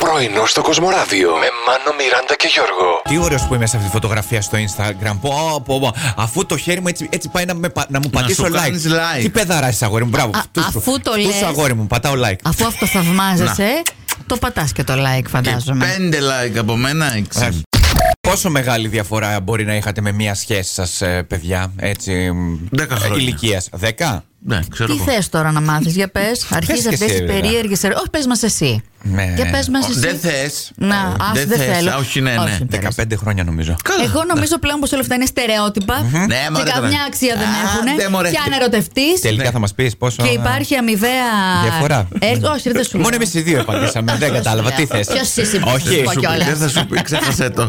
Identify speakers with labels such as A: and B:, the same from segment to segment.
A: Πρωινό στο Κοσμοράδιο με Μάνο, Μιράντα και Γιώργο.
B: Τι ωραίο που είμαι σε αυτή τη φωτογραφία στο Instagram. Πω, πω, πω. Αφού το χέρι μου έτσι, έτσι πάει να, με, πα- να μου πατήσω
C: σου
B: like.
C: κάνεις like.
B: Τι παιδαρά είσαι, αγόρι μου. Μπράβο.
D: Α,
B: Τους-
D: αφού το
B: τους
D: λες.
B: αγόρι μου, πατάω like.
D: Αφού αυτό θαυμάζεσαι, το πατάς και το like, φαντάζομαι.
C: Πέντε like από μένα,
B: Ε,
C: έξι.
B: Πόσο μεγάλη διαφορά μπορεί να είχατε με μία σχέση σας, παιδιά, έτσι.
C: Δέκα χρόνια.
B: Ηλικίας. Δέκα.
C: Ναι, ξέρω
D: Τι
C: εγώ.
D: θες τώρα να μάθεις, για πες. Αρχίζεις
B: και
D: αυτές
B: εσύ,
D: τις
B: βέβαια.
D: περίεργες ερωτήσει. Όχι, πες μας εσύ.
B: Ναι.
D: Για πες μας
C: Ο,
D: εσύ.
C: Δεν θες.
D: Να, ας, δεν
C: θες.
D: θέλω.
C: Α, Όχι, ναι, ναι.
D: Όχι. Δεκαπέντε.
B: 15 χρόνια νομίζω.
C: Καλά.
D: Εγώ νομίζω πλέον πως όλα αυτά είναι στερεότυπα.
C: Ναι, μωρέ,
D: και
C: τώρα.
D: καμιά αξία δεν
C: Α, δεν,
D: έχουν.
C: μωρέ.
D: Και αν ερωτευτείς.
C: Ναι.
B: Τελικά θα μας πεις πόσο.
D: Και υπάρχει αμοιβαία.
B: Διαφορά.
D: Ε, όχι, ρε, δεν σου λέω.
B: Μόνο εμείς οι δύο απαντήσαμε. Δεν κατάλαβα. Τι θες.
D: Ποιος είσαι που θα
B: Όχι.
D: σου πω
C: Ε, σου πει,
D: κιόλας.
C: Δεν θα σου πει, ξέχασέ το.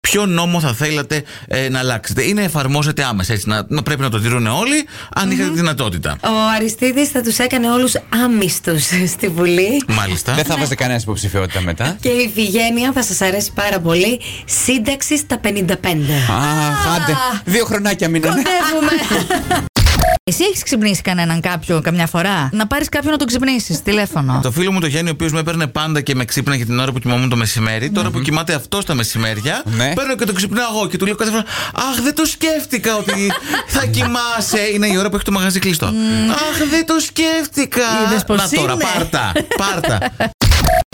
C: Ποιο νόμο θα θέλατε ε, να αλλάξετε ή να εφαρμόσετε άμεσα. Έτσι, να, να πρέπει να το τηρούν όλοι, αν είχατε τη δυνατότητα.
E: Ο Αριστίδης θα τους έκανε όλους άμυστους στη Βουλή.
C: Μάλιστα.
B: Δεν θα βάζει κανένας υποψηφιότητα μετά.
E: Και η Φιγένεια θα σας αρέσει πάρα πολύ. Σύνταξη στα 55.
B: Αχ, άντε. Δύο χρονάκια μείνανε.
D: Εσύ έχεις ξυπνήσει κανέναν κάποιον καμιά φορά. Να πάρεις κάποιον να τον ξυπνήσεις τηλέφωνο.
C: Ε, Το φίλο μου το Γιάννη, ο οποίος με έπαιρνε πάντα και με ξύπναγε την ώρα που κοιμόμουν το μεσημέρι. Τώρα που κοιμάται αυτός τα μεσημέρια,
B: Ναι.
C: παίρνω και το ξυπνάω εγώ και του λέω κάθε φορά Αχ, δεν το σκέφτηκα ότι θα κοιμάσαι. Είναι η ώρα που έχει το μαγαζί κλειστό. Αχ, δεν το σκέφτηκα.
D: Είδες πως
C: Να τώρα,
D: είναι.
C: πάρτα. Πάρτα.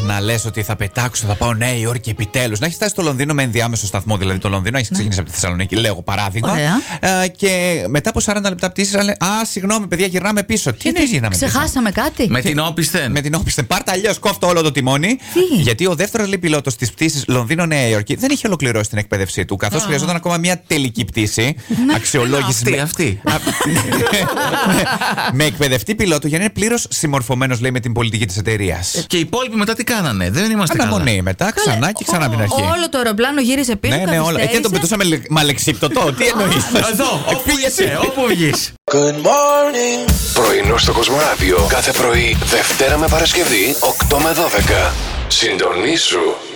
B: Να λες ότι θα πετάξω, θα πάω Νέα Υόρκη επιτέλους. Να έχεις φτάσει στο Λονδίνο με ενδιάμεσο σταθμό. Δηλαδή το Λονδίνο έχεις ξεκινήσει από τη Θεσσαλονίκη, λέγω παράδειγμα.
D: Ναι. Ωραία.
B: Ε, και μετά από 40 λεπτά πτήσης, λένε Α, συγγνώμη, παιδιά, γυρνάμε πίσω.
D: Ε, ναι,
B: Τι είναι, γυρνάμε πίσω.
D: Ξεχάσαμε κάτι.
C: με την όπισθεν.
B: Με την όπισθεν. Πάρτε αλλιώς κόφτω όλο το τιμόνι.
D: Τι?
B: Γιατί ο δεύτερος πιλότος της πτήσης Λονδίνο-Νέα Υόρκη δεν είχε ολοκληρώσει την εκπαίδευσή του, καθώς χρειαζόταν ακόμα μια τελική πτήση
D: Ναι.
B: αξιολόγηση. ναι.
C: Αυτή, αυτή.
B: με εκπαιδευτή πιλότο για να είναι πλήρως συμμορφωμένος, λέει, με την πολιτική της εταιρείας.
D: Ε,
C: Και οι υπόλοιποι μετά τι κάνανε. Δεν είμαστε καλά.
B: Αναμονή μετά, ξανά και ξανά από την αρχή.
D: Όλο το αεροπλάνο γύρισε πίσω.
B: Ναι, ναι, όλα. Εκεί δεν τον
D: καθυστέρησε.
B: πετούσαμε λε- μαλεξίπτωτο. Τι εννοείς.
C: Εδώ, όπου είσαι, όπου βγεις.
A: Πρωινό στο Κοσμοράδιο κάθε πρωί, Δευτέρα με Παρασκευή, 8 με 12. Συντονίσου